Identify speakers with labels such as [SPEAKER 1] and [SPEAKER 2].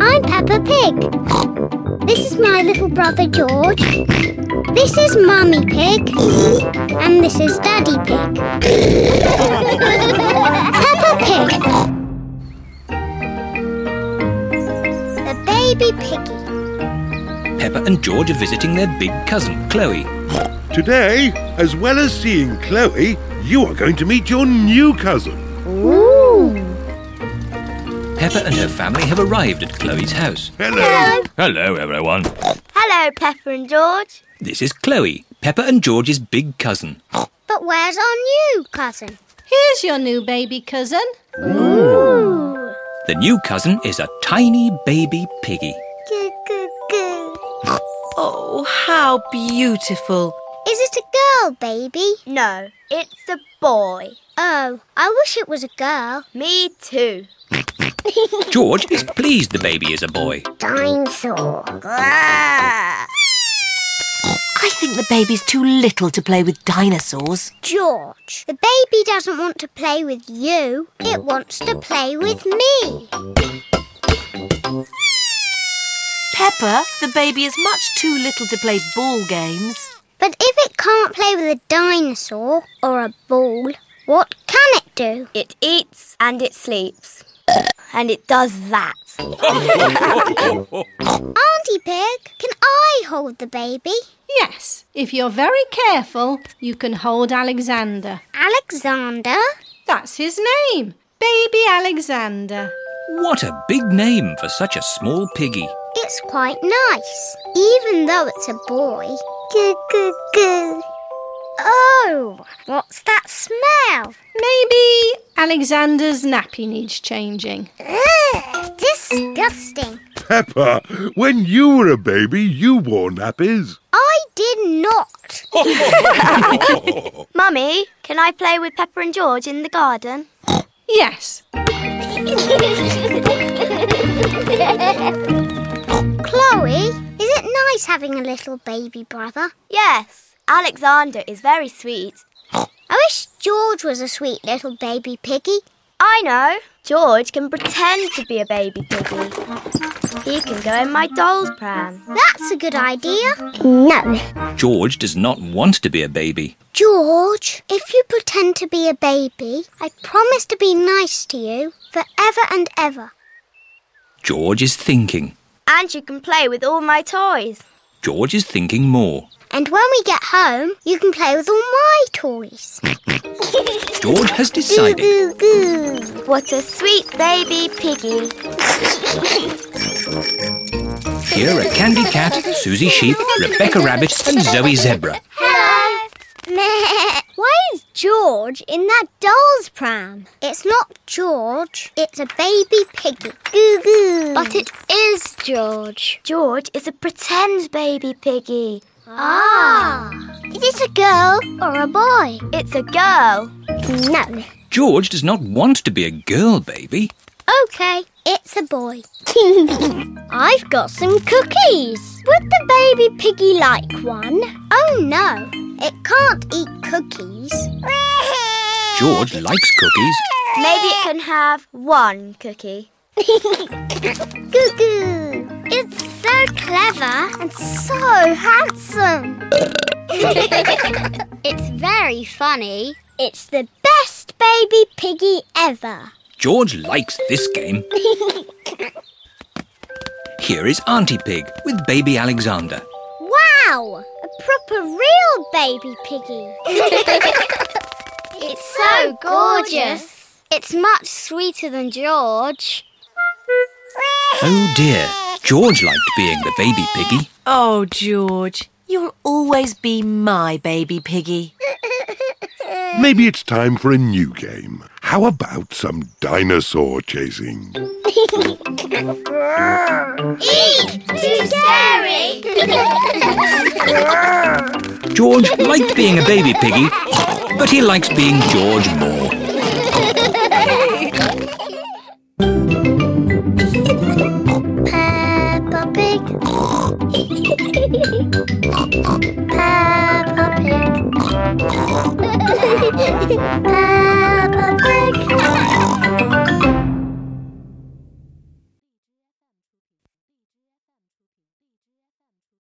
[SPEAKER 1] I'm Peppa Pig. This is my little brother George. This is Mummy Pig. And this is Daddy Pig. Peppa Pig. The baby piggy.
[SPEAKER 2] Pepper and George are visiting their big cousin, Chloe.
[SPEAKER 3] Today, as well as seeing Chloe, you are going to meet your new cousin.
[SPEAKER 1] Ooh.
[SPEAKER 2] Pepper and her family have arrived at Chloe's house.
[SPEAKER 3] Hello.
[SPEAKER 2] Hello, everyone.
[SPEAKER 1] Hello, Pepper and George.
[SPEAKER 2] This is Chloe, Pepper and George's big cousin.
[SPEAKER 1] But where's our new cousin?
[SPEAKER 4] Here's your new baby cousin.
[SPEAKER 1] Ooh.
[SPEAKER 2] The new cousin is a tiny baby piggy.
[SPEAKER 1] Goo, goo, goo.
[SPEAKER 5] Oh, how beautiful.
[SPEAKER 1] Is it a girl, baby?
[SPEAKER 6] No, it's a boy.
[SPEAKER 1] Oh, I wish it was a girl.
[SPEAKER 6] Me too.
[SPEAKER 2] George is pleased the baby is a boy.
[SPEAKER 1] Dinosaur.
[SPEAKER 5] I think the baby's too little to play with dinosaurs.
[SPEAKER 1] George. The baby doesn't want to play with you. It wants to play with me.
[SPEAKER 5] Pepper, the baby is much too little to play ball games.
[SPEAKER 1] But if it can't play with a dinosaur or a ball, what can it do?
[SPEAKER 6] It eats and it sleeps. and it does that.
[SPEAKER 1] Auntie Pig, can I hold the baby?
[SPEAKER 4] Yes, if you're very careful, you can hold Alexander.
[SPEAKER 1] Alexander?
[SPEAKER 4] That's his name, Baby Alexander.
[SPEAKER 2] What a big name for such a small piggy.
[SPEAKER 1] It's quite nice, even though it's a boy. Goo, goo, goo. Oh, what's that smell?
[SPEAKER 4] Maybe Alexander's nappy needs changing.
[SPEAKER 6] Eh,
[SPEAKER 1] Ugh, disgusting.
[SPEAKER 3] Peppa, when you were a baby, you wore nappies.
[SPEAKER 1] I did not.
[SPEAKER 6] Mummy, can I play with Pepper and George in the garden?
[SPEAKER 4] Yes,
[SPEAKER 1] Chloe, is it nice having a little baby brother?
[SPEAKER 6] Yes. Alexander is very sweet.
[SPEAKER 1] I wish George was a sweet little baby piggy.
[SPEAKER 6] I know. George can pretend to be a baby piggy. He can go in my doll's pram.
[SPEAKER 1] That's a good idea. No.
[SPEAKER 2] George does not want to be a baby.
[SPEAKER 1] George, if you pretend to be a baby, I promise to be nice to you forever and ever.
[SPEAKER 2] George is thinking.
[SPEAKER 6] And you can play with all my toys.
[SPEAKER 2] George is thinking more.
[SPEAKER 1] And when we get home, you can play with all my toys.
[SPEAKER 2] George has decided.
[SPEAKER 1] Goo, goo, goo.
[SPEAKER 6] What a sweet baby piggy.
[SPEAKER 2] Here are Candy Cat, Susie Sheep, Rebecca Rabbit, and Zoe Zebra.
[SPEAKER 1] Hello. Why is George in that doll's pram? It's not George. It's a baby piggy. Goo goo. But it is George.
[SPEAKER 6] George is a pretend baby piggy.
[SPEAKER 1] Ah. Is it a girl or a boy?
[SPEAKER 6] It's a girl.
[SPEAKER 1] No.
[SPEAKER 2] George does not want to be a girl baby.
[SPEAKER 1] Okay, it's a boy. I've got some cookies. Would the baby piggy like one? Oh no, it can't eat cookies.
[SPEAKER 2] George likes cookies.
[SPEAKER 6] Maybe it can have one cookie.
[SPEAKER 1] Goo goo. It's so clever and so handsome. it's very funny. It's the best baby piggy ever.
[SPEAKER 2] George likes this game. Here is Auntie Pig with baby Alexander.
[SPEAKER 1] Wow! A proper real baby piggy. it's so gorgeous. It's much sweeter than George.
[SPEAKER 2] Oh dear, George liked being the baby piggy.
[SPEAKER 5] Oh, George, you'll always be my baby piggy.
[SPEAKER 3] Maybe it's time for a new game. How about some dinosaur chasing?
[SPEAKER 1] Eek! Too scary!
[SPEAKER 2] George liked being a baby piggy, but he likes being George more.